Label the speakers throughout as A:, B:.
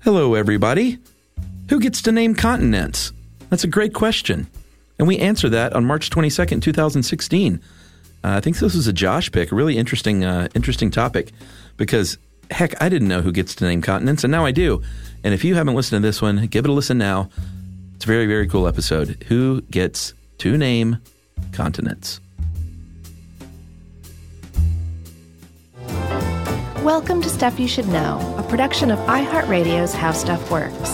A: Hello, everybody. Who gets to name continents? That's a great question. And we answer that on March 22nd, 2016. Uh, I think this was a Josh pick, a really interesting, uh, interesting topic because, heck, I didn't know who gets to name continents, and now I do. And if you haven't listened to this one, give it a listen now. It's a very, very cool episode. Who gets to name continents?
B: Welcome to Stuff You Should Know, a production of iHeartRadio's How Stuff Works.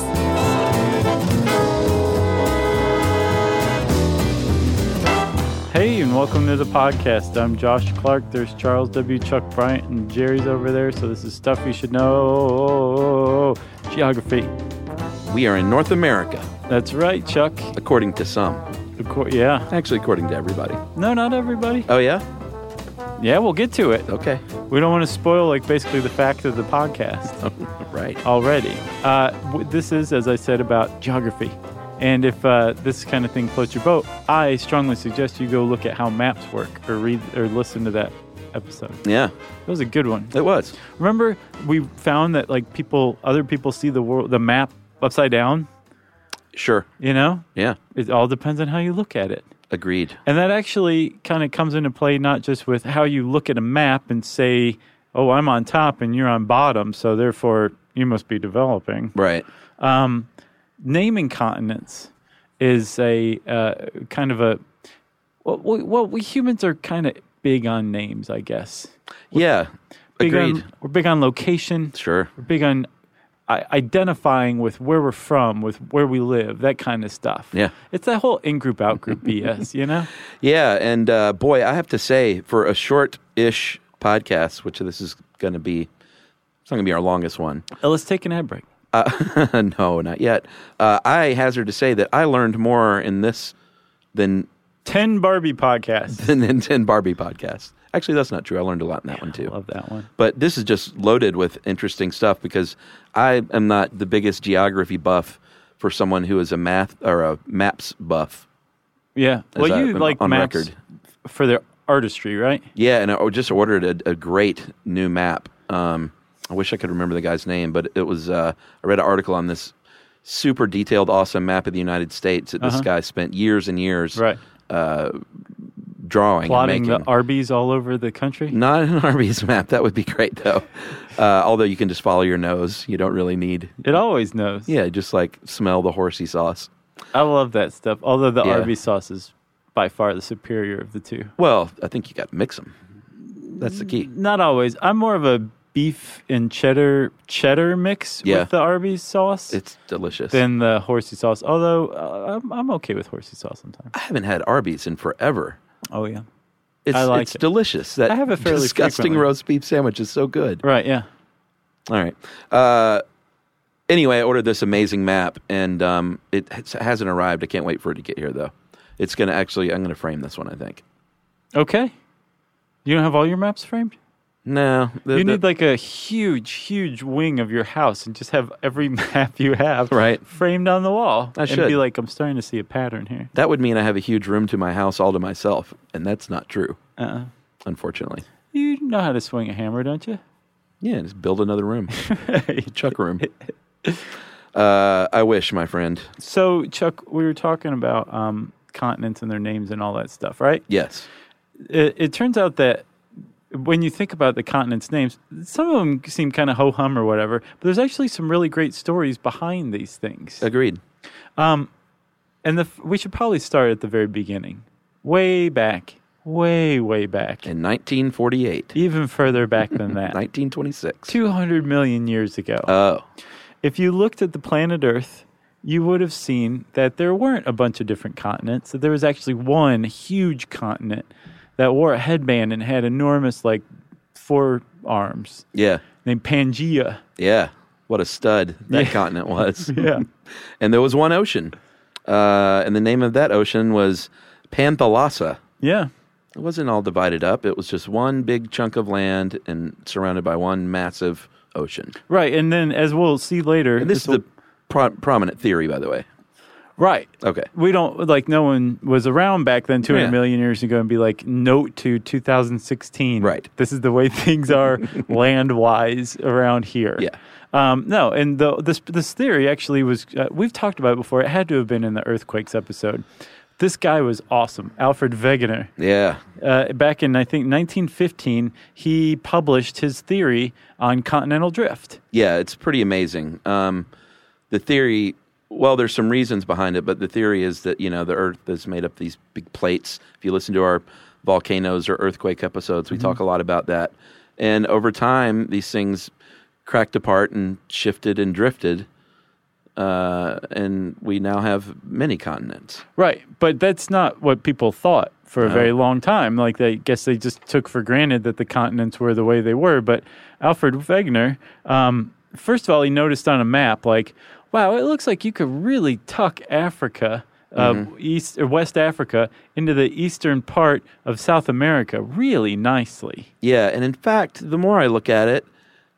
C: Hey, and welcome to the podcast. I'm Josh Clark. There's Charles W. Chuck Bryant, and Jerry's over there. So this is stuff you should know. Geography.
A: We are in North America,
C: That's right, Chuck.
A: according to some.
C: Of cour- yeah.
A: Actually, according to everybody.
C: No, not everybody.
A: Oh, yeah?
C: Yeah, we'll get to it.
A: Okay.
C: We don't want to spoil like basically the fact of the podcast
A: right.
C: already. Uh, w- this is, as I said, about geography. And if uh, this kind of thing floats your boat, I strongly suggest you go look at how maps work, or read, or listen to that episode.
A: Yeah,
C: That was a good one.
A: it was.
C: Remember, we found that like people, other people see the world, the map upside down.
A: Sure.
C: You know,
A: Yeah,
C: it all depends on how you look at it,
A: agreed.
C: and that actually kind of comes into play not just with how you look at a map and say, "Oh, I'm on top and you're on bottom, so therefore you must be developing."
A: Right.
C: Naming continents is a uh, kind of a well, we, well, we humans are kind of big on names, I guess.
A: Yeah,
C: Big um,
A: agreed.
C: on we're big on location.
A: sure.
C: We're big on i- identifying with where we're from, with where we live, that kind of stuff.
A: Yeah.
C: It's that whole in group, out group BS, you know?
A: Yeah, and uh, boy, I have to say, for a short-ish podcast, which this is going to be, it's not going to be our longest one.
C: Uh, let's take an ad break.
A: Uh, no, not yet. Uh, I hazard to say that I learned more in this than
C: 10 Barbie podcasts.
A: than in ten Barbie podcasts. Actually, that's not true. I learned a lot in that one too.
C: Love that one.
A: But this is just loaded with interesting stuff because I am not the biggest geography buff for someone who is a math or a maps buff.
C: Yeah. Well,
A: I-
C: you
A: on-
C: like
A: on
C: maps
A: record.
C: f- for their artistry, right?
A: Yeah, and I o- just ordered a, a great new map. Um, I wish I could remember the guy's name, but it was uh, I read an article on this super detailed, awesome map of the United States that this guy spent years and years
C: Uh-huh. Right.
A: drawing, and
C: Plotting the
A: making.
C: Arby's all over the country.
A: Not an Arby's map. That would be great though. Uh, although you can just follow your nose. You don't really need.
C: It always knows.
A: Yeah, just like smell the horsey sauce.
C: I love that stuff. Although the
A: Yeah.
C: Arby's sauce is by far the superior of the two.
A: Well, I think you got to mix them. That's the key.
C: Not always. I'm more of a beef and cheddar cheddar mix
A: Yeah.
C: with the Arby's sauce.
A: It's delicious.
C: than the horsey sauce. Although uh, I'm, I'm okay with horsey sauce sometimes.
A: I haven't had Arby's in forever.
C: Oh yeah,
A: It's,
C: I like
A: it's
C: it.
A: delicious. That
C: I have it fairly
A: disgusting
C: frequently.
A: roast beef sandwich is so good.
C: right. Yeah,
A: All right. Uh, anyway, I ordered this amazing map, and um, it has- hasn't arrived. I can't wait for it to get here, though. It's gonna actually. I'm gonna frame this one. I think.
C: okay. You don't have all your maps framed.
A: No, the-
C: You
A: the-
C: need like a huge, huge wing of your house and just have every map you have
A: Right.
C: framed on the wall.
A: I
C: and
A: should.
C: be like, I'm starting to see a pattern here.
A: that would mean I have a huge room to my house all to myself, and that's not true,
C: Uh,
A: unfortunately.
C: you know how to swing a hammer, don't you?
A: Yeah, just build another room, Chuck room. Uh, I wish, my friend.
C: So Chuck, we were talking about um, continents and their names and all that stuff, right?
A: Yes.
C: it, it turns out that when you think about the continents' names, some of them seem kind of ho hum or whatever, but there's actually some really great stories behind these things.
A: Agreed.
C: And the, f- we should probably start at the very beginning, way back, way, way back,
A: In 1948,
C: even further back than that.
A: 1926.
C: 200 million years ago.
A: Oh,
C: if you looked at the planet Earth, you would have seen that there weren't a bunch of different continents, that there was actually one huge continent that wore a headband and had enormous, like, forearms
A: yeah,
C: named Pangea.
A: yeah. What a stud that continent was.
C: Yeah.
A: And there was one ocean, uh, and the name of that ocean was Panthalassa.
C: Yeah.
A: It wasn't all divided up. It was just one big chunk of land and surrounded by one massive ocean.
C: Right. And then, as we'll see later,
A: And this is
C: will-
A: the pro- prominent theory, by the way.
C: right.
A: Okay.
C: Uh, We don't like no one was around back then, two
A: Yeah.
C: hundred million years ago, and be like, note to 2016.
A: Right.
C: This is the way things are land wise around here.
A: Yeah.
C: Um, no, and the, this this theory actually was uh, we've talked about it before. It had to have been in the earthquakes episode. This guy was awesome, Alfred Wegener.
A: Yeah.
C: Uh, back in I think 1915, he published his theory on continental drift.
A: Yeah, it's pretty amazing. Um, the theory, well, there's some reasons behind it, but the theory is that you know the Earth is made up of these big plates. If you listen to our volcanoes or earthquake episodes, we talk a lot about that. And over time, these things cracked apart and shifted and drifted, uh, and we now have many continents.
C: Right, but that's not what people thought for a very long time. Like they I guess they just took for granted that the continents were the way they were. But Alfred Wegener, um, first of all, he noticed on a map like, wow, it looks like you could really tuck Africa. Uh, East or West Africa into the eastern part of South America really nicely.
A: Yeah, and in fact, the more I look at it,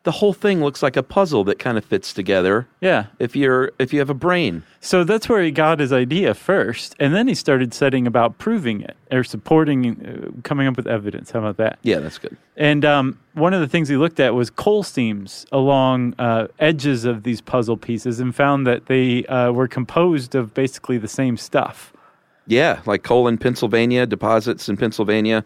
A: the whole thing looks like a puzzle that kind of fits together.
C: Yeah,
A: If you're if you have a brain,
C: So that's where he got his idea first, and then he started setting about proving it or supporting, uh, coming up with evidence. How about that?
A: yeah, that's good.
C: And um, one of the things he looked at was coal seams along uh, edges of these puzzle pieces, and found that they uh, were composed of basically the same stuff.
A: Yeah, like coal in Pennsylvania, deposits in Pennsylvania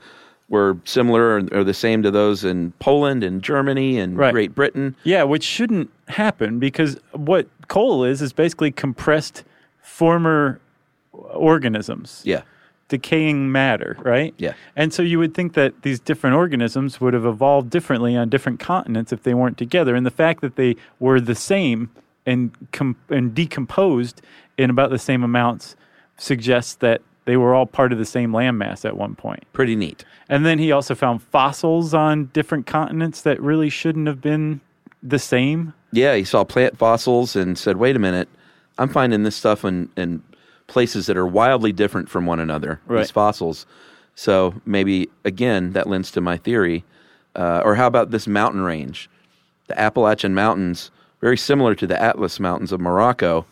A: were similar or, or the same to those in Poland and Germany and
C: Right.
A: Great Britain.
C: Yeah, which shouldn't happen because what coal is is basically compressed former organisms.
A: Yeah.
C: decaying matter, right?
A: Yeah.
C: And so you would think that these different organisms would have evolved differently on different continents if they weren't together. And the fact that they were the same and com- and decomposed in about the same amounts suggests that they were all part of the same landmass at one point.
A: Pretty neat.
C: And then he also found fossils on different continents that really shouldn't have been the same.
A: Yeah, he saw plant fossils and said, "Wait a minute, I'm finding this stuff in in places that are wildly different from one another.
C: Right.
A: These fossils." So maybe again that lends to my theory. Uh, or how about this mountain range, the Appalachian Mountains, very similar to the Atlas Mountains of Morocco.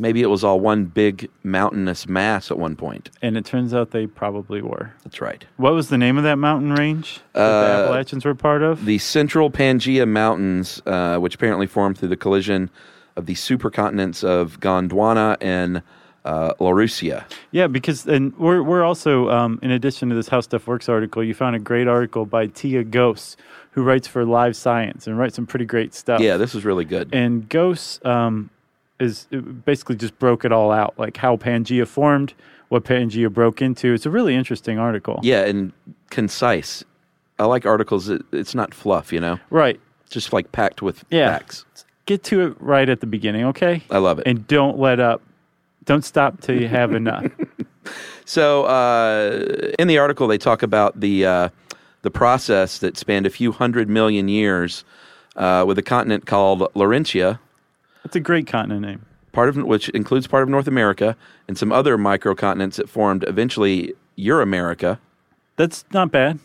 A: Maybe it was all one big mountainous mass at one point.
C: And it turns out they probably were.
A: That's right.
C: What was the name of that mountain range that the Appalachians were part of?
A: the central Pangaea Mountains, uh, which apparently formed through the collision of the supercontinents of Gondwana and uh, Laurussia.
C: Yeah, because and we're we're also um, in addition to this How Stuff Works article, you found a great article by Tia Gose, who writes for Live Science and writes some pretty great stuff.
A: Yeah, this was really good.
C: and Gose um, is basically just broke it all out, like how Pangea formed, what Pangea broke into. It's a really interesting article.
A: yeah, and concise. I like articles that it's not fluff, you know,
C: Right.
A: just like packed with
C: Yeah.
A: facts.
C: Get to it right at the beginning, okay?
A: I love it.
C: And don't let up. Don't stop till you have enough.
A: So uh, in the article, they talk about the uh, the process that spanned a few hundred million years uh, with a continent called Laurentia,
C: That's a great continent name.
A: part of which includes part of North America and some other microcontinents that formed eventually Euramerica.
C: That's not bad.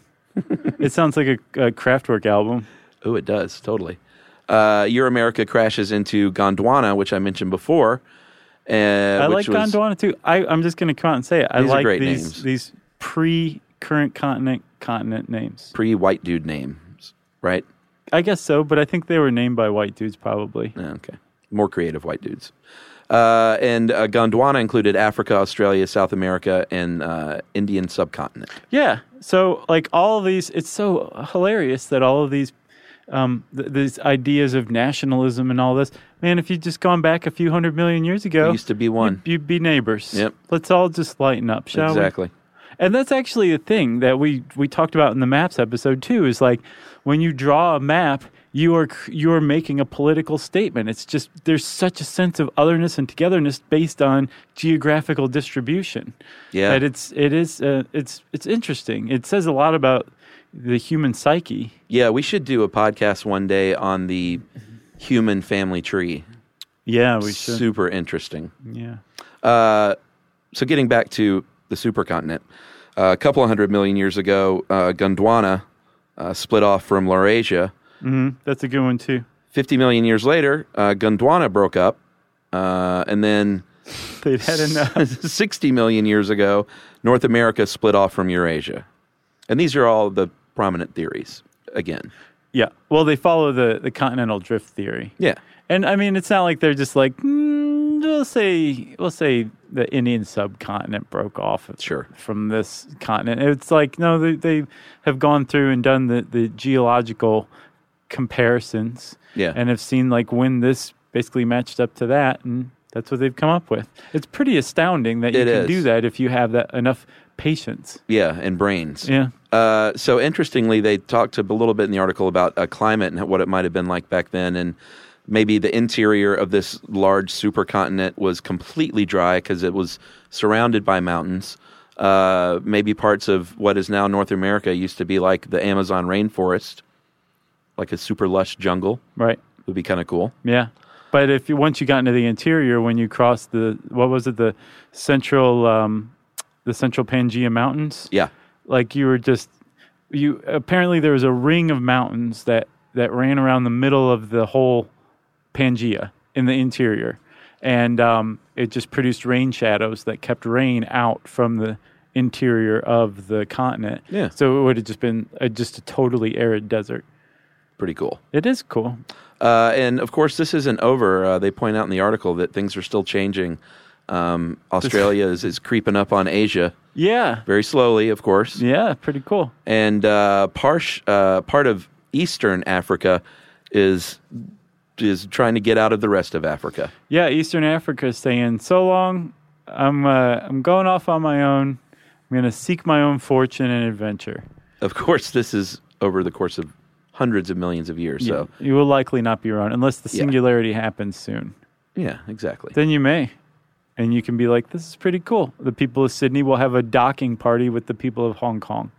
C: it sounds like a, a Kraftwerk album.
A: Oh, it does totally. Uh, Euramerica crashes into Gondwana, which I mentioned before. Uh,
C: I like
A: which was-
C: Gondwana too. I, I'm just going to come out and say it. I
A: These are
C: like
A: great
C: these
A: names.
C: these pre current continent continent names.
A: Pre-white dude names, right?
C: I guess so, but I think they were named by white dudes probably.
A: Yeah, Uh, okay. More creative white dudes. Uh, and uh, Gondwana included Africa, Australia, South America, and uh, Indian subcontinent.
C: Yeah. So like all of these, it's so hilarious that all of these um, th- these ideas of nationalism and all this. Man, if you'd just gone back a few hundred million years ago,
A: It used to be one.
C: you'd be neighbors.
A: Yep.
C: Let's all just lighten up, shall we?
A: exactly.
C: And that's actually a thing that we we talked about in the maps episode too. Is like when you draw a map, you are cr- you are making a political statement. It's just there's such a sense of otherness and togetherness based on geographical distribution.
A: Yeah.
C: that it's it is uh, it's it's interesting. It says a lot about the human psyche.
A: Yeah, we should do a podcast one day on the human family tree.
C: Yeah, we should.
A: Super interesting.
C: yeah,
A: so getting back to the supercontinent, uh, a couple of hundred million years ago, uh, Gondwana uh, split off from Laurasia.
C: that's a good one too.
A: 50 million years later, uh, Gondwana broke up. Uh, and then
C: They'd had enough.
A: 60 million years ago, North America split off from Eurasia. And these are all the prominent theories again.
C: Yeah. Well, they follow the, the continental drift theory.
A: Yeah.
C: And I mean, it's not like they're just like, mm, we'll say, we'll say the Indian subcontinent broke off
A: Sure.
C: from this continent. It's like, no, they, they have gone through and done the, the geological comparisons
A: Yeah.
C: and have seen like when this basically matched up to that. And that's what they've come up with. It's pretty astounding that you
A: It
C: can
A: is.
C: do that if you have that enough patience.
A: Yeah, and brains.
C: Yeah.
A: Uh, so interestingly, they talked a little bit in the article about uh, climate and what it might have been like back then, and maybe the interior of this large supercontinent was completely dry because it was surrounded by mountains. Uh, maybe parts of what is now North America used to be like the Amazon rainforest, like a super lush jungle.
C: Right.
A: Would be kind of cool.
C: Yeah. But if you, once you got into the interior, when you crossed the what was it the central um, the central Pangea Mountains,
A: Yeah,
C: like you were just you apparently there was a ring of mountains that that ran around the middle of the whole Pangea in the interior, and um, it just produced rain shadows that kept rain out from the interior of the continent.
A: Yeah.
C: So it would have just been a, just a totally arid desert.
A: pretty cool.
C: It is cool.
A: Uh, and of course, this isn't over. Uh, they point out in the article that things are still changing. Um, Australia is, is creeping up on Asia
C: Yeah.
A: very slowly, of course.
C: Yeah. Pretty cool.
A: And uh, parsh, uh, part of Eastern Africa is is trying to get out of the rest of Africa.
C: Yeah, Eastern Africa is saying so long. I'm uh, I'm going off on my own. I'm going to seek my own fortune and adventure.
A: Of course, this is over the course of hundreds of millions of years. So,
C: you, you will likely not be around unless the
A: Yeah.
C: singularity happens soon.
A: yeah, exactly.
C: Then you may, and you can be like, "This is pretty cool." The people of Sydney will have a docking party with the people of Hong Kong.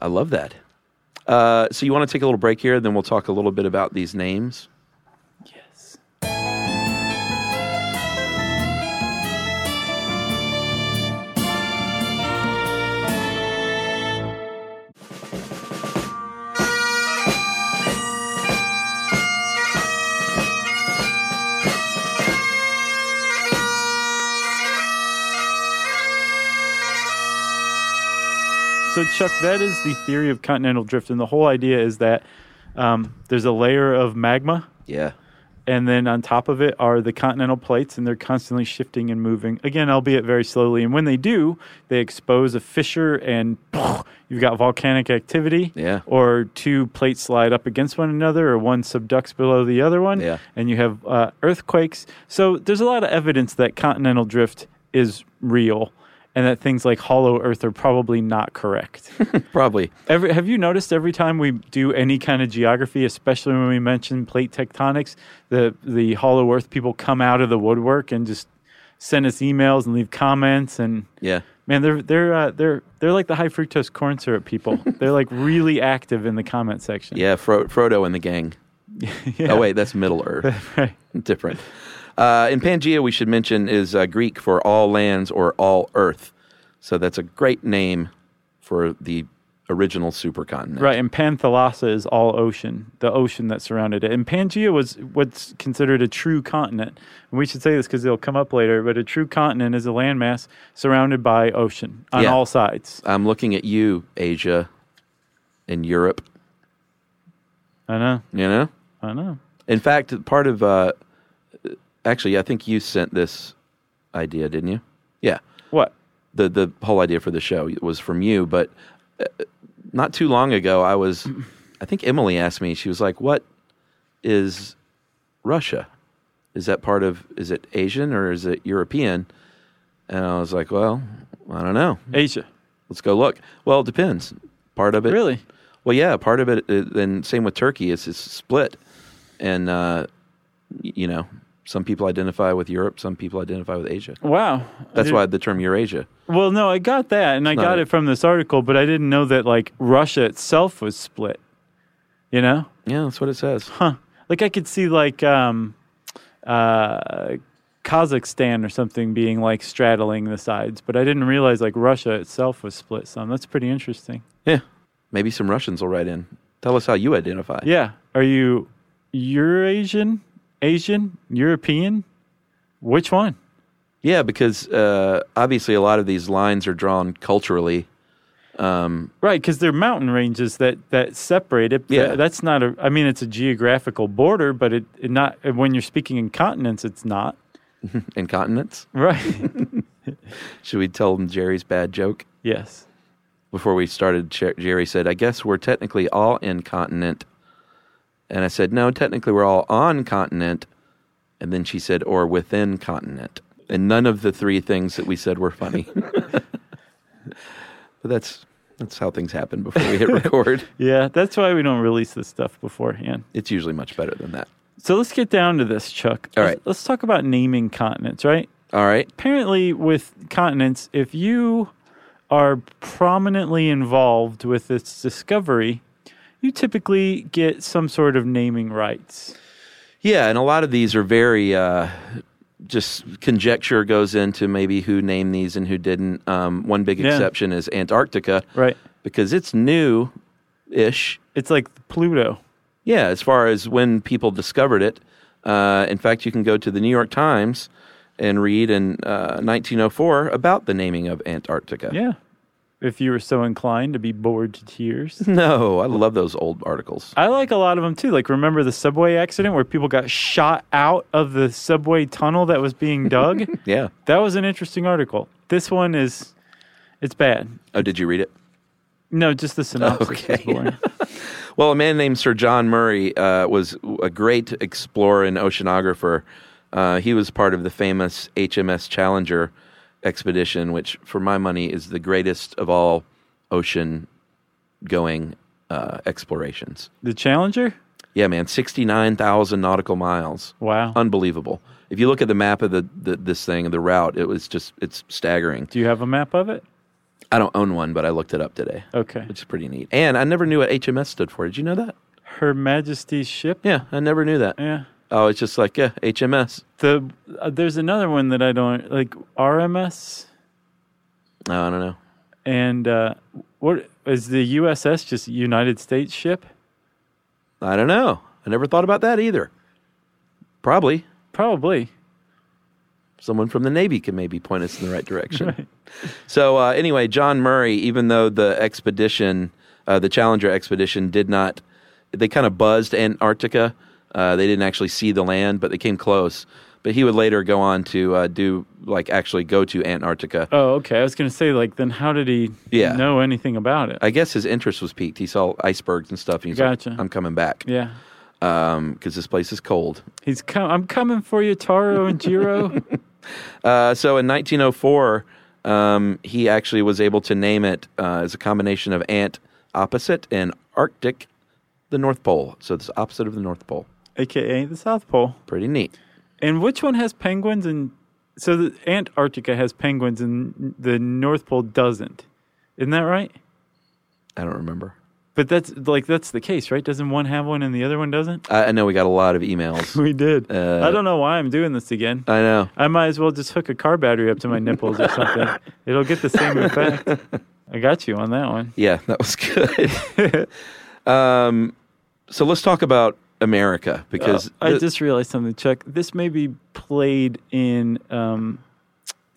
A: I love that. Uh, so, you want to take a little break here, then we'll talk a little bit about these names.
C: Yes. So, Chuck, that is the theory of continental drift, and the whole idea is that um, there's a layer of magma
A: Yeah,
C: and then on top of it are the continental plates and they're constantly shifting and moving again albeit very slowly and when they do they expose a fissure and you've got volcanic activity
A: Yeah.
C: or two plates slide up against one another or one subducts below the other one
A: Yeah.
C: and you have uh, earthquakes so there's a lot of evidence that continental drift is real and that things like hollow earth are probably not correct
A: probably.
C: Every, have you noticed every time we do any kind of geography, especially when we mention plate tectonics, the the Hollow Earth people come out of the woodwork and just send us emails and leave comments and
A: Yeah.
C: man, they're they're uh, they're they're like the high fructose corn syrup people. they're like really active in the comment section.
A: Yeah, Fro- Frodo and the gang.
C: Yeah.
A: Oh wait, that's Middle Earth.
C: Right.
A: Different. Uh, and Pangea, we should mention, is uh, Greek for all lands or all earth. So that's a great name for the original supercontinent.
C: Right, and Panthalassa is all ocean, the ocean that surrounded it. And Pangea was what's considered a true continent. And we should say this because it'll come up later, but a true continent is a landmass surrounded by ocean on
A: Yeah.
C: all sides.
A: I'm looking at you, Asia, and Europe.
C: I know,
A: You know.
C: I know.
A: In fact, part of uh, actually, I think you sent this idea, didn't you? Yeah.
C: What?
A: the the whole idea for the show was from you, but uh, not too long ago, I was, I think Emily asked me. She was like, "What is Russia? Is that part of? Is it Asian or is it European?" And I was like, "Well, I don't know.
C: Asia.
A: Let's go look." Well, it depends. Part of it,
C: Really?
A: Well, yeah, part of it. uh, Then same with Turkey. It's it's split, and uh, y- you know, some people identify with Europe, some people identify with Asia.
C: Wow.
A: That's
C: Dude.
A: why the term Eurasia.
C: Well, no, I got that, and I
A: not
C: got
A: it.
C: it from this article, but I didn't know that like Russia itself was split. You know?
A: Yeah, that's what it says.
C: Huh. Like I could see like um uh Kazakhstan or something being like straddling the sides, but I didn't realize like Russia itself was split some. That's pretty interesting.
A: Yeah. Maybe some Russians will write in. Tell us how you identify.
C: Yeah. Are you Eurasian? Asian? European? Which one?
A: Yeah, because uh, obviously a lot of these lines are drawn culturally
C: Right, because they're mountain ranges that that separate it.
A: Yeah.
C: that's not a. I mean, it's a geographical border, but it, it not when you're speaking in continents, it's not
A: and continents.
C: right.
A: Should we tell them Jerry's bad joke?
C: yes,
A: Before we started, Jer- Jerry said, I guess we're technically all incontinent. And I said, No, technically we're all on continent. And then she said, Or within continent. And none of the three things that we said were funny. but that's that's how things happen before we hit record.
C: yeah, that's why we don't release this stuff beforehand.
A: it's usually much better than that.
C: So let's get down to this, Chuck.
A: All
C: Let's-
A: right.
C: let's talk about naming continents. Right,
A: All right.
C: apparently with continents, if you are prominently involved with its discovery, you typically get some sort of naming rights.
A: Yeah, and a lot of these are very uh, just conjecture goes into maybe who named these and who didn't. Um, one big
C: Yeah.
A: exception is Antarctica,
C: Right.
A: Because it's new ish.
C: It's like Pluto.
A: Yeah, as far as when people discovered it. Uh, in fact, you can go to the New York Times and read in uh, 1904 about the naming of Antarctica.
C: Yeah. If you were so inclined to be bored to tears.
A: No, I love those old articles.
C: I like a lot of them too. Like, remember the subway accident where people got shot out of the subway tunnel that was being dug?
A: Yeah.
C: that was an interesting article. This one is, it's bad.
A: Oh, did you read it?
C: No, just the synopsis. was
A: Okay.
C: boring.
A: Well, a man named Sir John Murray uh, was a great explorer and oceanographer. Uh, he was part of the famous HMS Challenger expedition, which, for my money, is the greatest of all ocean going uh, explorations.
C: the Challenger?
A: Yeah, man, 69,000 nautical miles.
C: Wow.
A: Unbelievable. If you look at the map of the, the this thing, the route, it was just, it's staggering.
C: Do you have a map of it?
A: I don't own one, but I looked it up today,
C: Okay.
A: which is pretty neat. And I never knew what HMS stood for. Did you know that?
C: Her Majesty's ship?
A: Yeah, I never knew that.
C: Yeah.
A: Oh, it's just like yeah, HMS.
C: The uh, there's another one that I don't like RMS
A: No, Oh, I don't know.
C: and uh, what is the USS just United States ship?
A: I don't know. I never thought about that either. Probably
C: Probably.
A: someone from the Navy can maybe point us in the right direction. So uh, anyway, John Murray, even though the expedition, uh, the Challenger expedition, did not, they kind of buzzed Antarctica. Uh, they didn't actually see the land, but they came close. But he would later go on to uh, do like actually go to Antarctica.
C: Oh, okay. I was going to say like then how did he
A: Yeah.
C: know anything about it?
A: I guess his interest was piqued. He saw icebergs and stuff, and he's
C: Gotcha.
A: like, "I'm coming back
C: yeah.
A: because this place is cold."
C: He's com- I'm coming for you Taro and Jiro.
A: Uh, so in 1904, um, he actually was able to name it uh, as a combination of ant opposite and Arctic, the North Pole. So it's opposite of the North Pole.
C: aka the South Pole.
A: Pretty neat.
C: And which one has penguins and so the Antarctica has penguins and the North Pole doesn't. Isn't that right?
A: I don't remember.
C: But that's like that's the case, right? Doesn't one have one and the other one doesn't?
A: I, I know we got a lot of emails.
C: We did.
A: Uh,
C: I don't know why I'm doing this again.
A: I know.
C: I might as well just hook a car battery up to my nipples or something. It'll get the same effect. I got you on that one.
A: Yeah, that was good. um, so let's talk about America because
C: Uh, I
A: the-
C: just realized something, Chuck. This may be played in um,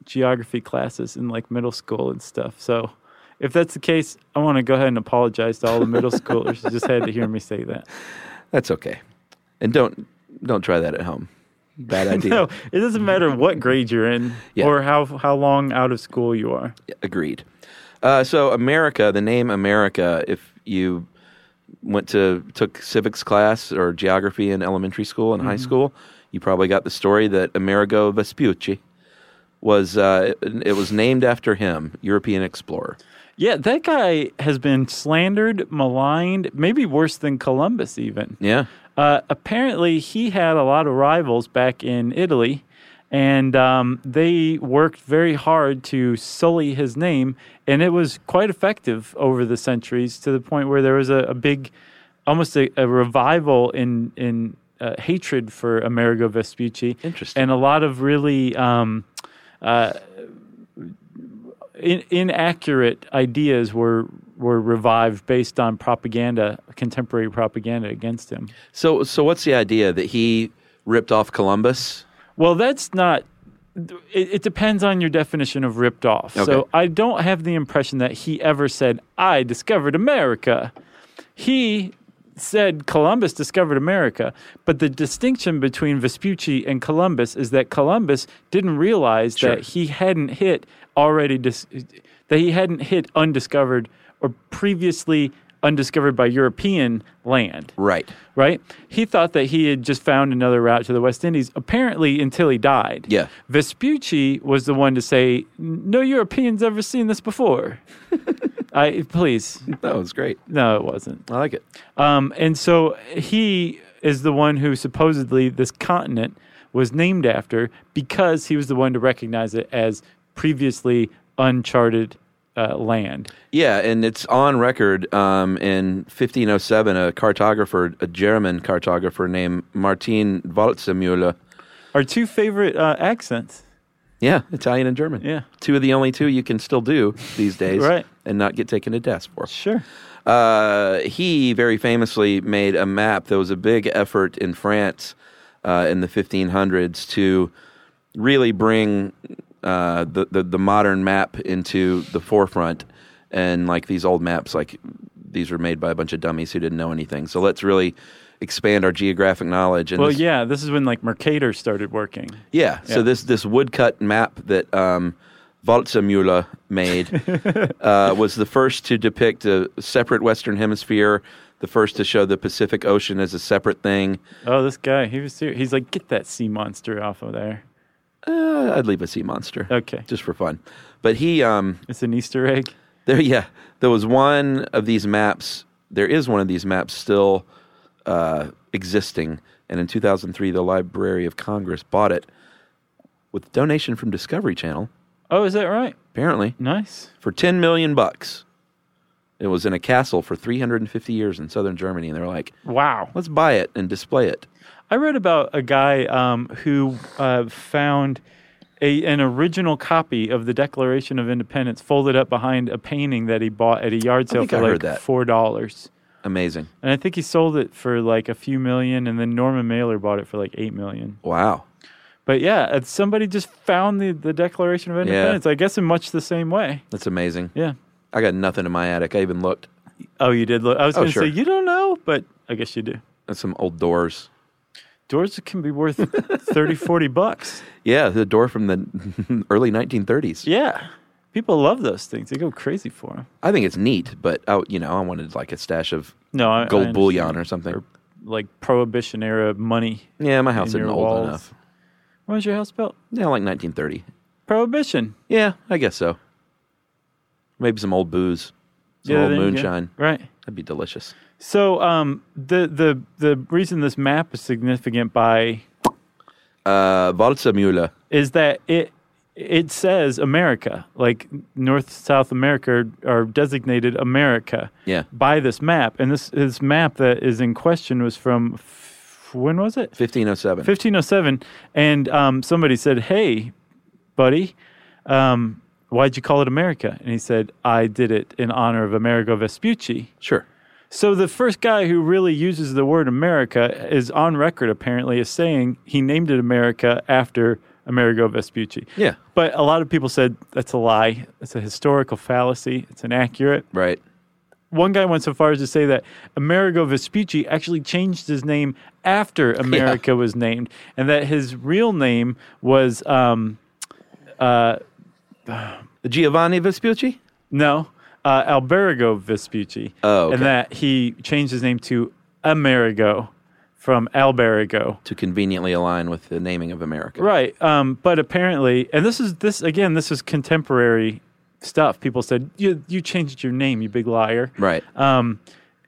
C: geography classes in like middle school and stuff. So if that's the case, I want to go ahead and apologize to all the middle schoolers who just had to hear me say that.
A: that's okay. And don't don't try that at home. Bad idea.
C: No, it doesn't matter what grade you're in
A: Yeah.
C: or how how long out of school you are.
A: Agreed. Uh, so America, the name America, if you went to took civics class or geography in elementary school and high school, you probably got the story that Amerigo Vespucci was uh, it, it was named after him, European explorer.
C: Yeah, that guy has been slandered, maligned, maybe worse than Columbus even.
A: Yeah.
C: Uh, apparently, he had a lot of rivals back in Italy, and um, they worked very hard to sully his name, and it was quite effective over the centuries to the point where there was a, a big, almost a, a revival in in uh, hatred for Amerigo Vespucci.
A: Interesting.
C: and a lot of really. Um, in, inaccurate ideas were were revived based on propaganda, contemporary propaganda against him.
A: So so what's the idea that he ripped off Columbus?
C: Well, that's not it, it depends on your definition of ripped off.
A: Okay.
C: So I don't have the impression that he ever said, I discovered America. He said Columbus discovered America, but the distinction between Vespucci and Columbus is that Columbus didn't realize
A: Sure.
C: that he hadn't hit already dis- that he hadn't hit undiscovered or previously undiscovered by European land
A: Right.
C: right? He thought that he had just found another route to the West Indies, apparently until he died.
A: Yeah.
C: Vespucci was the one to say, No Europeans ever seen this before. I please.
A: That was great.
C: No, it wasn't.
A: I like it.
C: Um, and so he is the one who supposedly this continent was named after because he was the one to recognize it as previously uncharted uh, land.
A: Yeah, and it's on record. Um, in 1507, a cartographer, a German cartographer named Martin Waldseemüller.
C: Our two favorite uh, accents.
A: Yeah, Italian and German.
C: Yeah.
A: two of the only two you can still do these days,
C: Right.
A: And not get taken to task for.
C: Sure.
A: Uh, he very famously made a map. There was a big effort in France uh, in the 1500s to really bring uh, the, the the modern map into the forefront. And like these old maps, like these were made by a bunch of dummies who didn't know anything. So let's really expand our geographic knowledge. And
C: Well,
A: this-
C: yeah, this is when like Mercator started working.
A: yeah. So
C: Yeah.
A: this this woodcut map that um, Waldseemüller made uh, was the first to depict a separate Western Hemisphere, the first to show the Pacific Ocean as a separate thing.
C: Oh, this guy, he was serious. He's like, get that sea monster off of there.
A: Uh, I'd leave a sea monster,
C: Okay.
A: just for fun. But he, um,
C: It's an Easter egg.
A: there, yeah, there was one of these maps. There is one of these maps still uh, existing, and in 2003, the Library of Congress bought it with donation from Discovery Channel.
C: Oh, is that right?
A: Apparently,
C: Nice.
A: for 10 million bucks. It was in a castle for 350 years in southern Germany, and they're like,
C: Wow.
A: let's buy it and display it.
C: I read about a guy um, who uh, found a, an original copy of the Declaration of Independence folded up behind a painting that he bought at a yard sale
A: think
C: for
A: I heard
C: like
A: that.
C: $4.
A: Amazing.
C: And I think he sold it for like a few million, and then Norman Mailer bought it for like eight million.
A: Wow.
C: But yeah, it's- somebody just found the, the Declaration of Independence, I guess in much the same way.
A: That's amazing.
C: Yeah.
A: I got nothing in my attic. I even looked
C: Oh, you did look. I was
A: Oh,
C: going to
A: sure.
C: say you don't know, but I guess you do.
A: at some old doors.
C: Doors can be worth 30, 40 bucks.
A: Yeah, the door from the early 1930s.
C: Yeah. People love those things. They go crazy for them.
A: I think it's neat, but I, you know, I wanted like a stash of
C: No, I, I
A: gold
C: understand.
A: bullion or something.
C: Like prohibition era money.
A: yeah, my house isn't
C: in your
A: old
C: walls.
A: enough.
C: When was your house built?
A: Yeah, like 1930.
C: Prohibition.
A: Yeah, I guess so. Maybe some old booze, some old
C: there you go.
A: moonshine.
C: Right.
A: That'd be delicious.
C: So um, the, the, the reason this map is significant by
A: Uh, Waldseemüller.
C: is that it it says America, like North South America are, are designated America.
A: Yeah.
C: By this map, and this this map that is in question was from f- when was it?
A: 1507.
C: 1507, and um, somebody said, "Hey, buddy, um, why'd you call it America?" And he said, "I did it in honor of Amerigo Vespucci."
A: Sure.
C: So the first guy who really uses the word America is on record apparently as saying he named it America after Amerigo Vespucci.
A: Yeah.
C: But a lot of people said that's a lie. It's a historical fallacy. It's inaccurate.
A: Right.
C: One guy went so far as to say that Amerigo Vespucci actually changed his name after America was named, and that his real name was um,
A: Giovanni Vespucci?
C: no uh, Alberigo Vespucci,
A: Oh, okay.
C: and that he changed his name to Amerigo from Alberigo.
A: To conveniently align with the naming of America.
C: Right. Um, but apparently, and this is this again, this is contemporary stuff. People said you you changed your name, you big liar.
A: Right.
C: Um,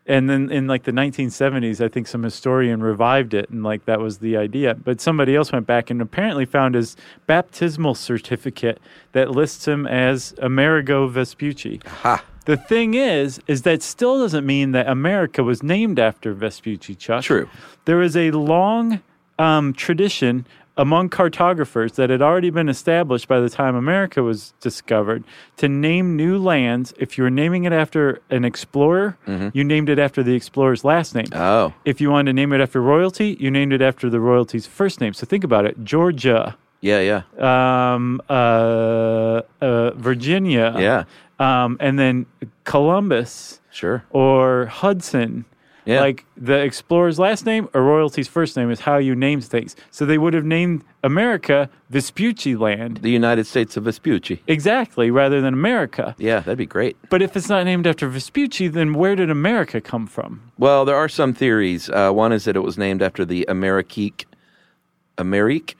C: and then in like the 1970s, I think some historian revived it, and like that was the idea. But somebody else went back and apparently found his baptismal certificate that lists him as Amerigo Vespucci.
A: ha.
C: The thing is, is that still doesn't mean that America was named after Vespucci, Chuck.
A: True.
C: There is a long um, tradition among cartographers that had already been established by the time America was discovered to name new lands. If you were naming it after an explorer, you named it after the explorer's last name.
A: Oh.
C: If you wanted to name it after royalty, you named it after the royalty's first name. So think about it Georgia
A: Yeah, yeah,
C: um, uh, uh, Virginia,
A: yeah.
C: um, and then Columbus
A: Sure.
C: or Hudson.
A: Yeah.
C: Like the explorer's last name or royalty's first name is how you name things. So they would have named America Vespucci Land.
A: The United States of Vespucci.
C: Exactly, rather than America.
A: Yeah, that'd be great.
C: But if it's not named after Vespucci, then where did America come from?
A: Well, there are some theories. Uh, one is that it was named after the Amerique, Amerique,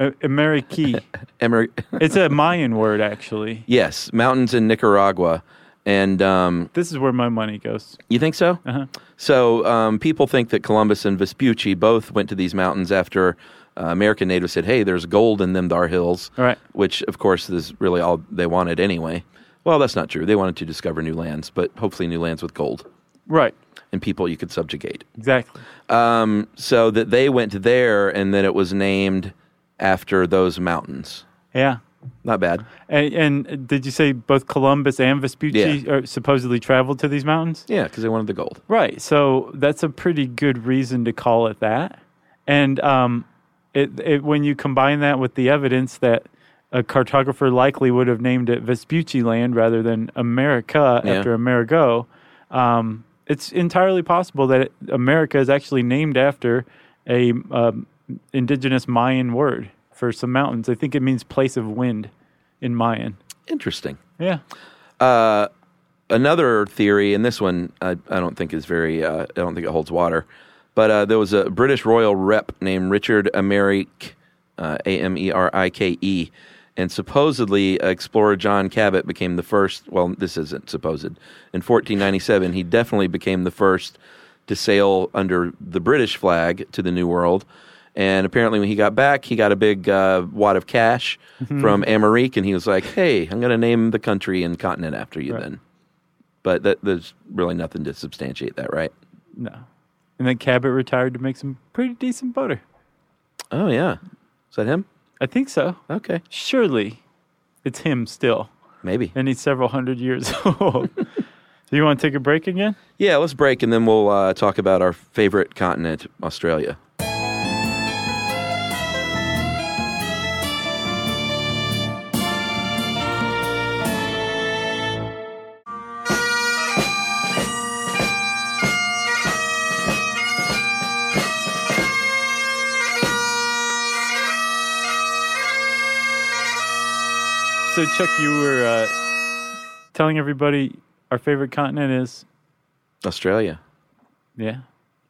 C: Uh, Ameriqui.
A: Amerique.
C: it's a Mayan word, actually.
A: yes, mountains in Nicaragua, and um,
C: This is where my money goes.
A: You think so? Uh-huh. So um, people think that Columbus and Vespucci both went to these mountains after uh, American natives said, "Hey, there's gold in them thar hills,"
C: All right.
A: which of course is really all they wanted anyway. Well, that's not true. They wanted to discover new lands, but hopefully new lands with gold
C: Right.
A: and people you could subjugate.
C: Exactly.
A: Um, so that they went there, and then it was named after those mountains.
C: Yeah.
A: Not bad.
C: And, and did you say both Columbus and Vespucci
A: Yeah.
C: are supposedly traveled to these mountains?
A: Yeah, because they wanted the gold.
C: Right. So that's a pretty good reason to call it that. And um, it, it, when you combine that with the evidence that a cartographer likely would have named it Vespucci Land rather than America
A: Yeah.
C: after Amerigo, um, it's entirely possible that it, America is actually named after a um, indigenous Mayan word for some mountains. I think it means place of wind in Mayan.
A: Interesting.
C: Yeah.
A: another theory, and this one I, I don't think is very, uh, I don't think it holds water, but uh, there was a British royal rep named Richard Amerike, uh, A M E R I K E, and supposedly explorer John Cabot became the first, well, this isn't supposed. In 1497, he definitely became the first to sail under the British flag to the New World. And apparently, when he got back, he got a big uh, wad of cash from Amerique, and he was like, "Hey, I'm going to name the country and continent after you." Then but that, there's really nothing to substantiate that, right?
C: No. And then Cabot retired to make some pretty decent butter.
A: Oh yeah, is that him?
C: I think so.
A: Okay,
C: surely it's him still,
A: maybe.
C: and he's several hundred years old. Do you want to take a break again?
A: Yeah, let's break and then we'll uh, talk about our favorite continent, Australia.
C: So, Chuck, you were uh, telling everybody our favorite continent is
A: Australia.
C: yeah.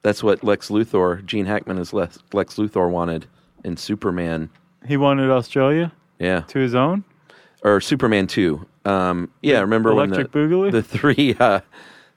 A: That's what Lex Luthor, Gene Hackman as Lex, Lex Luthor wanted in Superman.
C: He wanted Australia
A: Yeah,
C: to his own.
A: or Superman Two. Um, yeah, remember
C: Electric
A: when the,
C: Boogaloo?
A: the three, uh,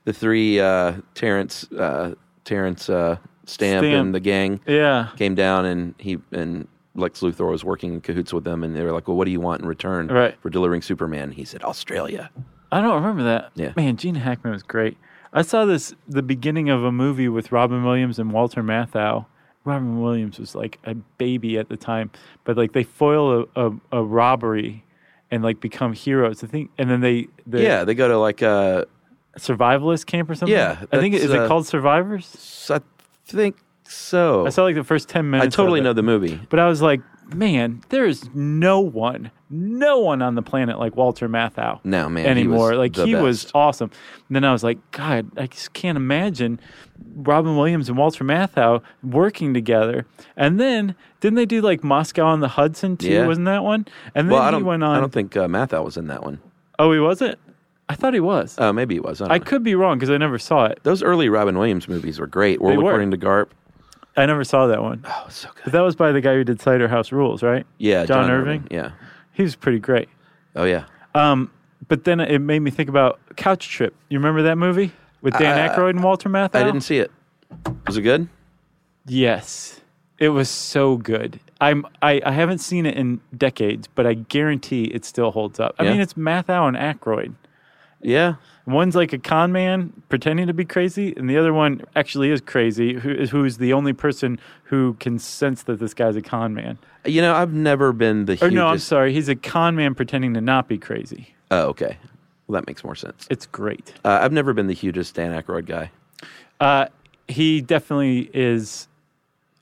A: the three uh, Terrence, uh, Terrence uh, Stamp,
C: Stamp.
A: and the gang
C: Yeah,
A: came down and he and Lex Luthor was working in cahoots with them, and they were like, "Well, what do you want in return
C: Right.
A: for delivering Superman?" He said, "Australia."
C: I don't remember that.
A: Yeah.
C: man, Gene Hackman was great. I saw this the beginning of a movie with Robin Williams and Walter Matthau. Robin Williams was like a baby at the time, but like they foil a, a, a robbery and like become heroes. I think, and then they the,
A: yeah, they go to like uh,
C: survivalist camp or something.
A: Yeah,
C: I think is
A: that's,
C: it
A: uh,
C: called Survivors?
A: s- I think so.
C: I saw like the first ten
A: I
C: minutes.
A: totally
C: of it.
A: know the movie.
C: but I was like, man, there is no one, no one on the planet like Walter Matthau.
A: No, man, he was
C: anymore. like
A: the
C: he was
A: best.
C: awesome. And then I was like, God, I just can't imagine Robin Williams and Walter Matthau working together. And then didn't they do like Moscow on the Hudson too?
A: Yeah.
C: Wasn't that one? And then
A: Well, I
C: he
A: don't.
C: went on.
A: I don't think uh, Mathau was in that one.
C: oh, he wasn't. I thought he was.
A: Uh, maybe he was. I, don't
C: I
A: know.
C: could be wrong because I never saw it.
A: Those early Robin Williams movies were great. World
C: were.
A: According to Garp.
C: I never saw that one.
A: Oh, so good.
C: But that was by the guy who did Cider House Rules, right?
A: Yeah,
C: John, Irving.
A: Yeah.
C: He was pretty great.
A: Oh yeah.
C: Um, but then it made me think about Couch Trip. You remember that movie with Dan Aykroyd and Walter Matthau?
A: Uh, I didn't see it. Was it good?
C: Yes, it was so good. I'm I, I haven't seen it in decades, but I guarantee it still holds up. I
A: Yeah.
C: mean, it's Matthau and Aykroyd.
A: Yeah.
C: One's like a con man pretending to be crazy, and the other one actually is crazy, who is who's the only person who can sense that this guy's a con man.
A: You know, I've never been the.
C: Or
A: hugest...
C: Oh, no, I'm sorry, he's a con man pretending to not be crazy.
A: Oh, okay. Well, that makes more sense.
C: It's great.
A: Uh, I've never been the hugest Dan Aykroyd guy.
C: Uh, he definitely is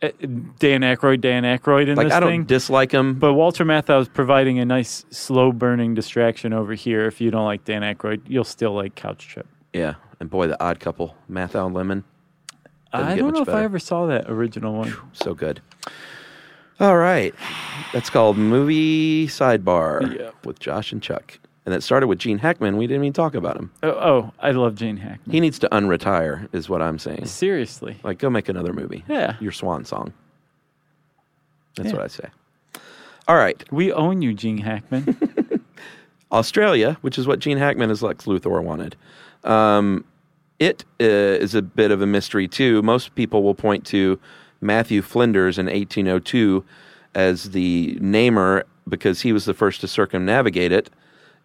C: uh, Dan Aykroyd, Dan Aykroyd in
A: Like
C: this
A: I don't
C: thing.
A: dislike him, but
C: but Walter Matthau is providing a nice slow burning distraction over here. If you don't like Dan Aykroyd, you'll still like Couch Trip.
A: yeah. And boy, the Odd Couple, Mathau and Lemon, Doesn't
C: I
A: get
C: don't
A: much
C: know if I
A: better.
C: ever saw that original one.
A: so good. All right, that's called movie sidebar
C: Yeah.
A: with Josh and Chuck, and it started with Gene Hackman. We didn't even talk about him.
C: Oh, oh I love Gene Hackman.
A: He needs to unretire, is what I'm saying.
C: Seriously.
A: Like, go make another movie.
C: Yeah.
A: your swan song. That's
C: Yeah.
A: what I say. All right,
C: We own you, Gene Hackman.
A: Australia, which is what Gene Hackman as Lex Luthor wanted. Um, it uh, is a bit of a mystery too. Most people will point to Matthew Flinders in 1802 as the namer because he was the first to circumnavigate it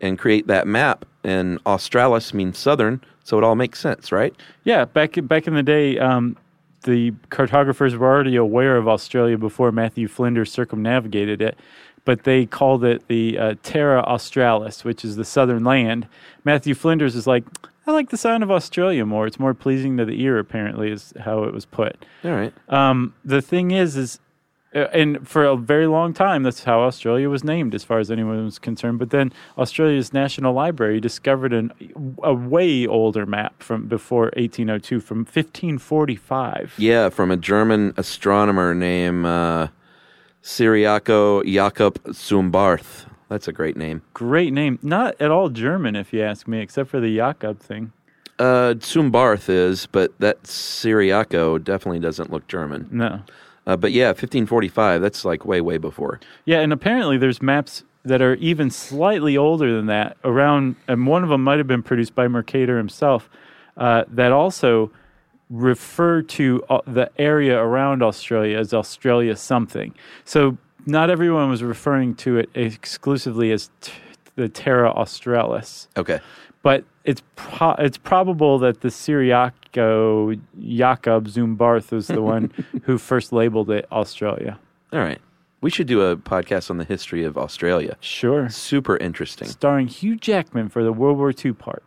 A: and create that map. And Australis means southern, so it all makes sense, right?
C: yeah, back back in the day, um, the cartographers were already aware of Australia before Matthew Flinders circumnavigated it, but they called it the uh, Terra Australis, which is the southern land. Matthew Flinders is like, I like the sound of Australia more. It's more pleasing to the ear, apparently, is how it was put.
A: All right.
C: Um, the thing is, is uh, and for a very long time, that's how Australia was named, as far as anyone was concerned. But then Australia's National Library discovered an, a way older map from before 1802, from 1545.
A: Yeah, from a German astronomer named uh, Cyriaco Jakob Zumbarth. That's a great name.
C: Great name, not at all German, if you ask me, except for the Jakob thing.
A: Uh, Zumbarth is, but that Syriaco definitely doesn't look German.
C: No,
A: Uh, but yeah, 1545, that's like way, way before.
C: yeah, and apparently there's maps that are even slightly older than that. Around, and one of them might have been produced by Mercator himself. Uh, that also refer to uh, the area around Australia as Australia something. So not everyone was referring to it exclusively as t- the Terra Australis,
A: Okay.
C: but it's pro- it's probable that the Syriaco Jakob Zumbarth was the one who first labeled it Australia.
A: All right. We should do a podcast on the history of Australia.
C: Sure.
A: Super interesting.
C: Starring Hugh Jackman for the World War II part.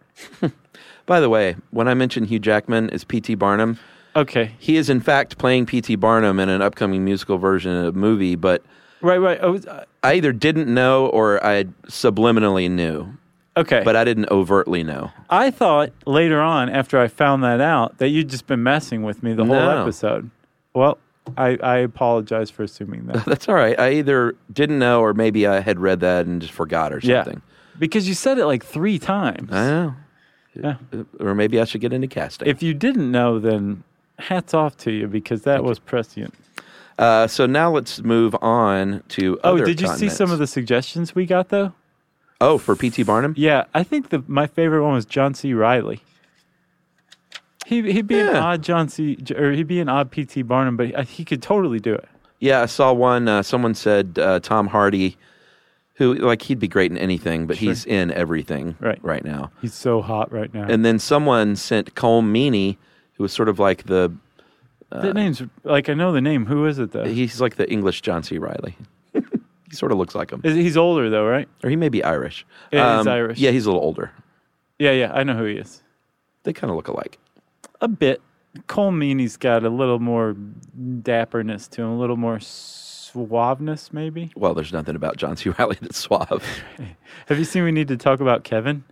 A: By the way, when I mentioned Hugh Jackman as P.T. Barnum,
C: Okay.
A: he is in fact playing P.T. Barnum in an upcoming musical version of a movie, but
C: Right, right. Oh, uh,
A: I either didn't know or I subliminally knew,
C: okay.
A: but I didn't overtly know.
C: I thought later on, after I found that out, that you'd just been messing with me the whole
A: No.
C: episode. Well, I, I apologize for assuming that.
A: That's all right. I either didn't know or maybe I had read that and just forgot or
C: yeah.
A: something.
C: Because you said it like three times.
A: I know.
C: Yeah.
A: Or maybe I should get into casting.
C: If you didn't know, then hats off to you because that was prescient.
A: uh, so now let's move on to
C: Oh,
A: other
C: did you see some of
A: continents.
C: the suggestions we got though?
A: Oh, for P.T. Barnum?
C: Yeah, I think the my favorite one was John C. Riley. He he'd be an
A: Yeah.
C: odd John C. or he'd be an odd P.T. Barnum, but he, he could totally do it.
A: Yeah, I saw one. Uh, someone said uh, Tom Hardy, who, like, he'd be great in anything, but he's in everything
C: Right.
A: right now.
C: He's so hot right now.
A: And then someone sent Cole Meany, who was sort of like the,
C: that name's like I know the name. Who is it though?
A: he's like the English John C. Riley. he sort of looks like him.
C: Is- He's older though, right?
A: Or he may be Irish. Um,
C: Yeah, he's Irish.
A: Yeah, he's a little older.
C: Yeah, yeah, I know who he is.
A: They kind of look alike.
C: A bit. Cole Meany's got a little more dapperness to him, a little more suaveness, maybe.
A: Well, there's nothing about John C. Riley that's suave.
C: Have you seen We Need to Talk About Kevin?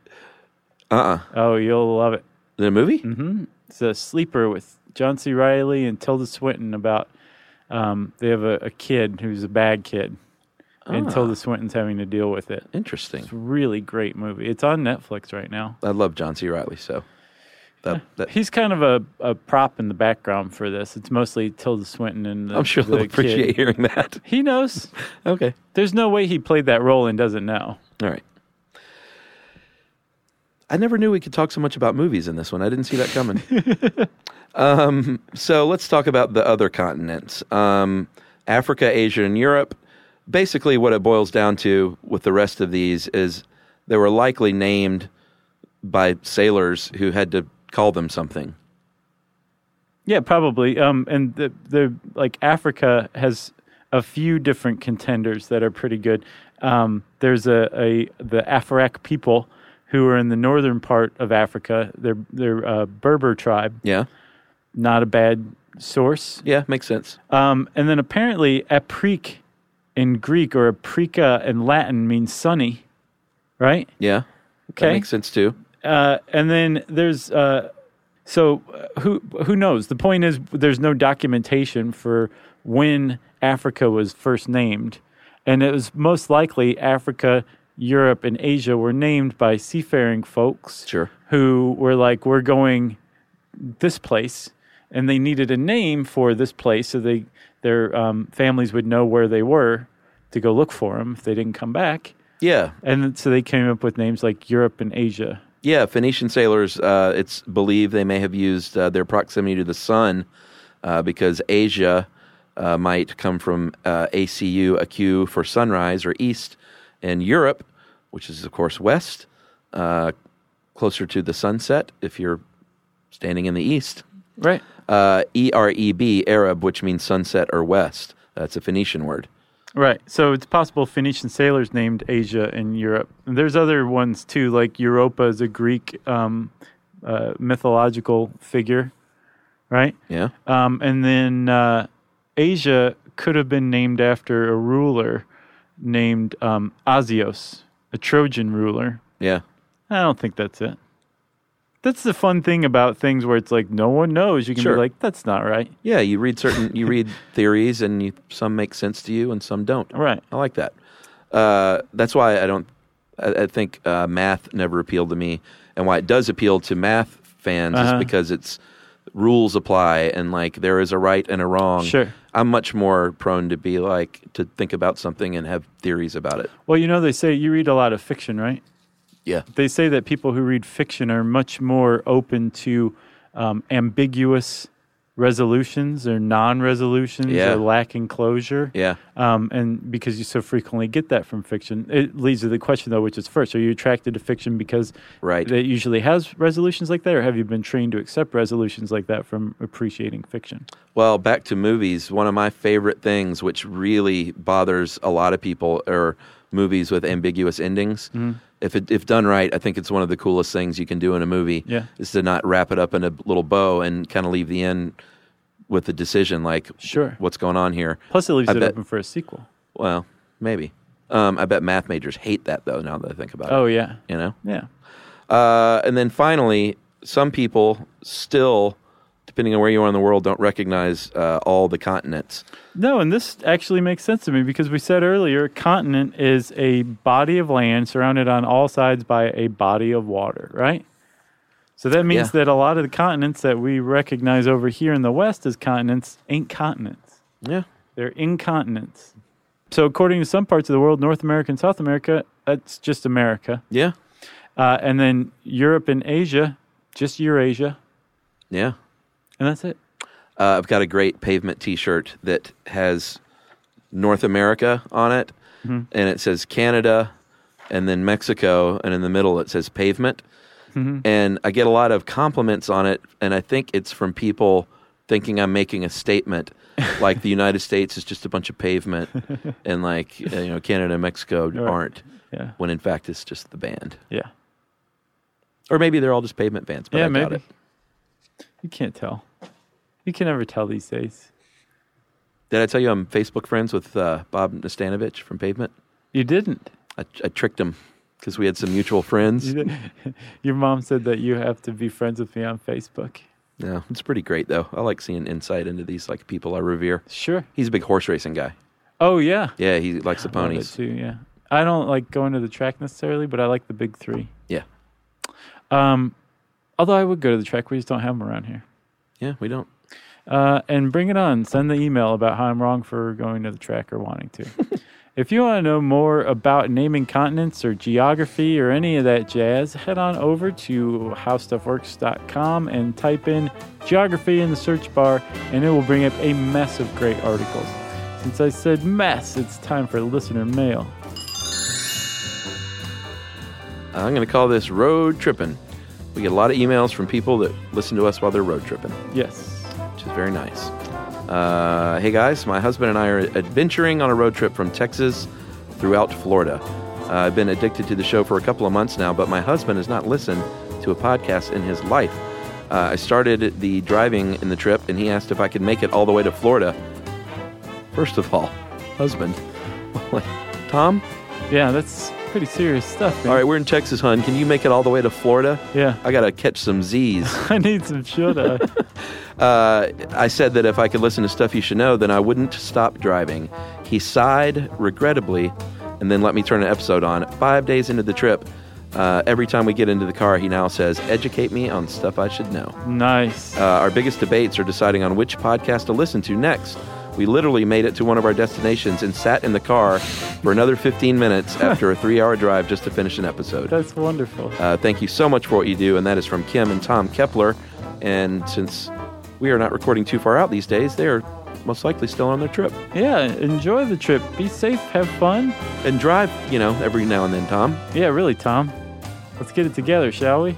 A: Uh uh
C: Oh, you'll love it.
A: The movie?
C: Mm-hmm. It's a sleeper with John C. Riley and Tilda Swinton about um, they have a, a kid who's a bad kid,
A: Ah.
C: and Tilda Swinton's having to deal with it.
A: Interesting.
C: Really great movie. It's on Netflix right now.
A: I love John C. Riley, so that, that
C: He's kind of a, a prop in the background for this. It's mostly Tilda Swinton and the,
A: I'm sure
C: the
A: they'll appreciate
C: kid.
A: hearing that.
C: He knows.
A: Okay.
C: There's no way he played that role and doesn't know.
A: All right. I never knew we could talk so much about movies in this one. I didn't see that coming. um, so let's talk about the other continents um, Africa, Asia, and Europe. Basically, what it boils down to with the rest of these is they were likely named by sailors who had to call them something.
C: Yeah, probably. Um, and the the like Africa has a few different contenders that are pretty good. Um, there's a, a the Afrak people who are in the northern part of Africa. They're they're a uh, Berber tribe
A: Yeah.
C: Not a bad source.
A: Yeah, makes sense.
C: Um, and then apparently, aprique in Greek or aprica in Latin means sunny, right?
A: Yeah.
C: Okay.
A: That makes sense too.
C: Uh, and then there's uh, so uh, who who knows? The point is there's no documentation for when Africa was first named, and it was most likely Africa, Europe, and Asia were named by seafaring folks
A: Sure.
C: who were like, "We're going this place," and they needed a name for this place so they their um, families would know where they were to go look for them if they didn't come back.
A: Yeah.
C: And so they came up with names like Europe and Asia.
A: Yeah, Phoenician sailors, uh, it's believed they may have used uh, their proximity to the sun uh, because Asia uh, might come from uh, ACU, AQ for sunrise or east, and Europe, which is, of course, west, uh, closer to the sunset if you're standing in the east.
C: Right.
A: Uh, EREB, Arab, which means sunset or west. That's a Phoenician word.
C: Right. So it's possible Phoenician sailors named Asia and Europe. And there's other ones too, like Europa is a Greek um, uh, mythological figure, right?
A: Yeah.
C: Um, and then uh, Asia could have been named after a ruler named um, Asios, a Trojan ruler.
A: Yeah.
C: I don't think that's it. That's the fun thing about things where it's like no one knows. You can
A: Sure.
C: be like, that's not right.
A: Yeah, you read certain you read theories, and you, some make sense to you, and some don't.
C: Right.
A: I like that. Uh, that's why I don't. I, I think uh, math never appealed to me, and why it does appeal to math fans
C: Uh-huh.
A: is because it's rules apply, and like there is a right and a wrong.
C: Sure.
A: I'm much more prone to be like to think about something and have theories about it.
C: Well, you know, they say you read a lot of fiction, right?
A: Yeah.
C: They say that people who read fiction are much more open to um, ambiguous resolutions or non-resolutions
A: Yeah.
C: or lacking closure.
A: Yeah.
C: Um, and because you so frequently get that from fiction, it leads to the question though, which is first: Are you attracted to fiction because
A: Right.
C: that usually has resolutions like that, or have you been trained to accept resolutions like that from appreciating fiction?
A: Well, back to movies. One of my favorite things, which really bothers a lot of people, are movies with ambiguous endings.
C: Mm-hmm.
A: If it, if done right, I think it's one of the coolest things you can do in a movie.
C: Yeah.
A: is to not wrap it up in a little bow and kind of leave the end with a decision, like
C: Sure.
A: what's going on here.
C: Plus, it leaves
A: I
C: it
A: bet-
C: open for a sequel.
A: Well, maybe. Um, I bet math majors hate that though. Now that I think about it,
C: Oh yeah,
A: you know.
C: yeah.
A: Uh, and then finally, some people still, depending on where you are in the world, don't recognize uh, all the continents.
C: No, and this actually makes sense to me because we said earlier a continent is a body of land surrounded on all sides by a body of water, right? So that means
A: Yeah.
C: that a lot of the continents that we recognize over here in the West as continents ain't continents.
A: Yeah.
C: They're incontinents. So, according to some parts of the world, North America and South America, that's just America.
A: Yeah.
C: Uh, and then Europe and Asia, just Eurasia.
A: Yeah.
C: And that's it.
A: Uh, I've got a great pavement t shirt that has North America on it,
C: Mm-hmm.
A: and it says Canada and then Mexico, and in the middle it says pavement.
C: Mm-hmm.
A: And I get a lot of compliments on it, and I think it's from people thinking I'm making a statement like the United States is just a bunch of pavement, and like, uh, you know, Canada and Mexico aren't,
C: Yeah.
A: when in fact it's just the band.
C: Yeah.
A: Or maybe they're all just pavement bands, but
C: yeah,
A: I doubt
C: maybe.
A: it.
C: You can't tell. You can never tell these days.
A: Did I tell you I'm Facebook friends with uh, Bob Nastanovich from Pavement?
C: You didn't.
A: I, I tricked him because we had some mutual friends.
C: You didn't. Your mom said that you have to be friends with me on Facebook.
A: Yeah, it's pretty great though. I like seeing insight into these like people I revere.
C: Sure.
A: He's a big horse racing guy.
C: Oh yeah.
A: Yeah, he likes the
C: I love it
A: ponies.
C: too. Yeah. I don't like going to the track necessarily, but I like the big three.
A: Yeah,
C: Um, although I would go to the track, we just don't have them around here.
A: yeah, we don't.
C: Uh, and bring it on. Send the email about how I'm wrong for going to the track or wanting to. if you want to know more about naming continents or geography or any of that jazz, head on over to howstuffworks.com and type in geography in the search bar, and it will bring up a mess of great articles. Since I said mess, it's time for listener mail.
A: I'm going to call this road tripping. We get a lot of emails from people that listen to us while they're road tripping.
C: Yes.
A: which is very nice. Uh, hey guys, my husband and I are adventuring on a road trip from Texas throughout Florida. Uh, I've been addicted to the show for a couple of months now, but my husband has not listened to a podcast in his life. Uh, I started the driving in the trip, and he asked if I could make it all the way to Florida. First of all, husband, Tom.
C: Yeah, that's pretty serious stuff.
A: All right, we're in Texas, hun. Can you make it all the way to Florida?
C: Yeah.
A: I gotta catch some Z's.
C: I need some shut eye.
A: Uh, I said that if I could listen to stuff you should know, then I wouldn't stop driving. He sighed regrettably and then let me turn an episode on. Five days into the trip, uh, every time we get into the car, he now says, Educate me on stuff I should know.
C: nice.
A: Uh, our biggest debates are deciding on which podcast to listen to next. We literally made it to one of our destinations and sat in the car for another 15 minutes after a three hour drive just to finish an episode.
C: that's wonderful.
A: Uh, thank you so much for what you do, and that is from Kim and Tom Kepler. And since we are not recording too far out these days, they are most likely still on their trip.
C: Yeah, enjoy the trip. Be safe. Have fun.
A: And drive, you know, every now and then, Tom.
C: Yeah, really, Tom. Let's get it together, shall we?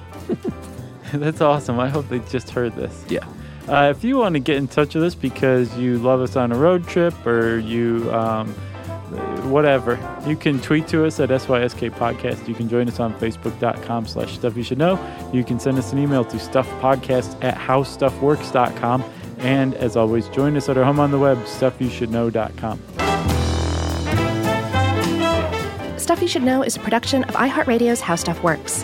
C: That's awesome. I hope they just heard this.
A: Yeah.
C: Uh, if you want to get in touch with us because you love us on a road trip or you, um, whatever, you can tweet to us at SYSK Podcast. You can join us on Facebook.com slash Stuff You Should Know. You can send us an email to stuffpodcast at howstuffworks.com. And as always, join us at our home on the web, stuffyoushouldknow.com.
B: Stuff You Should Know is a production of iHeartRadio's How Stuff Works.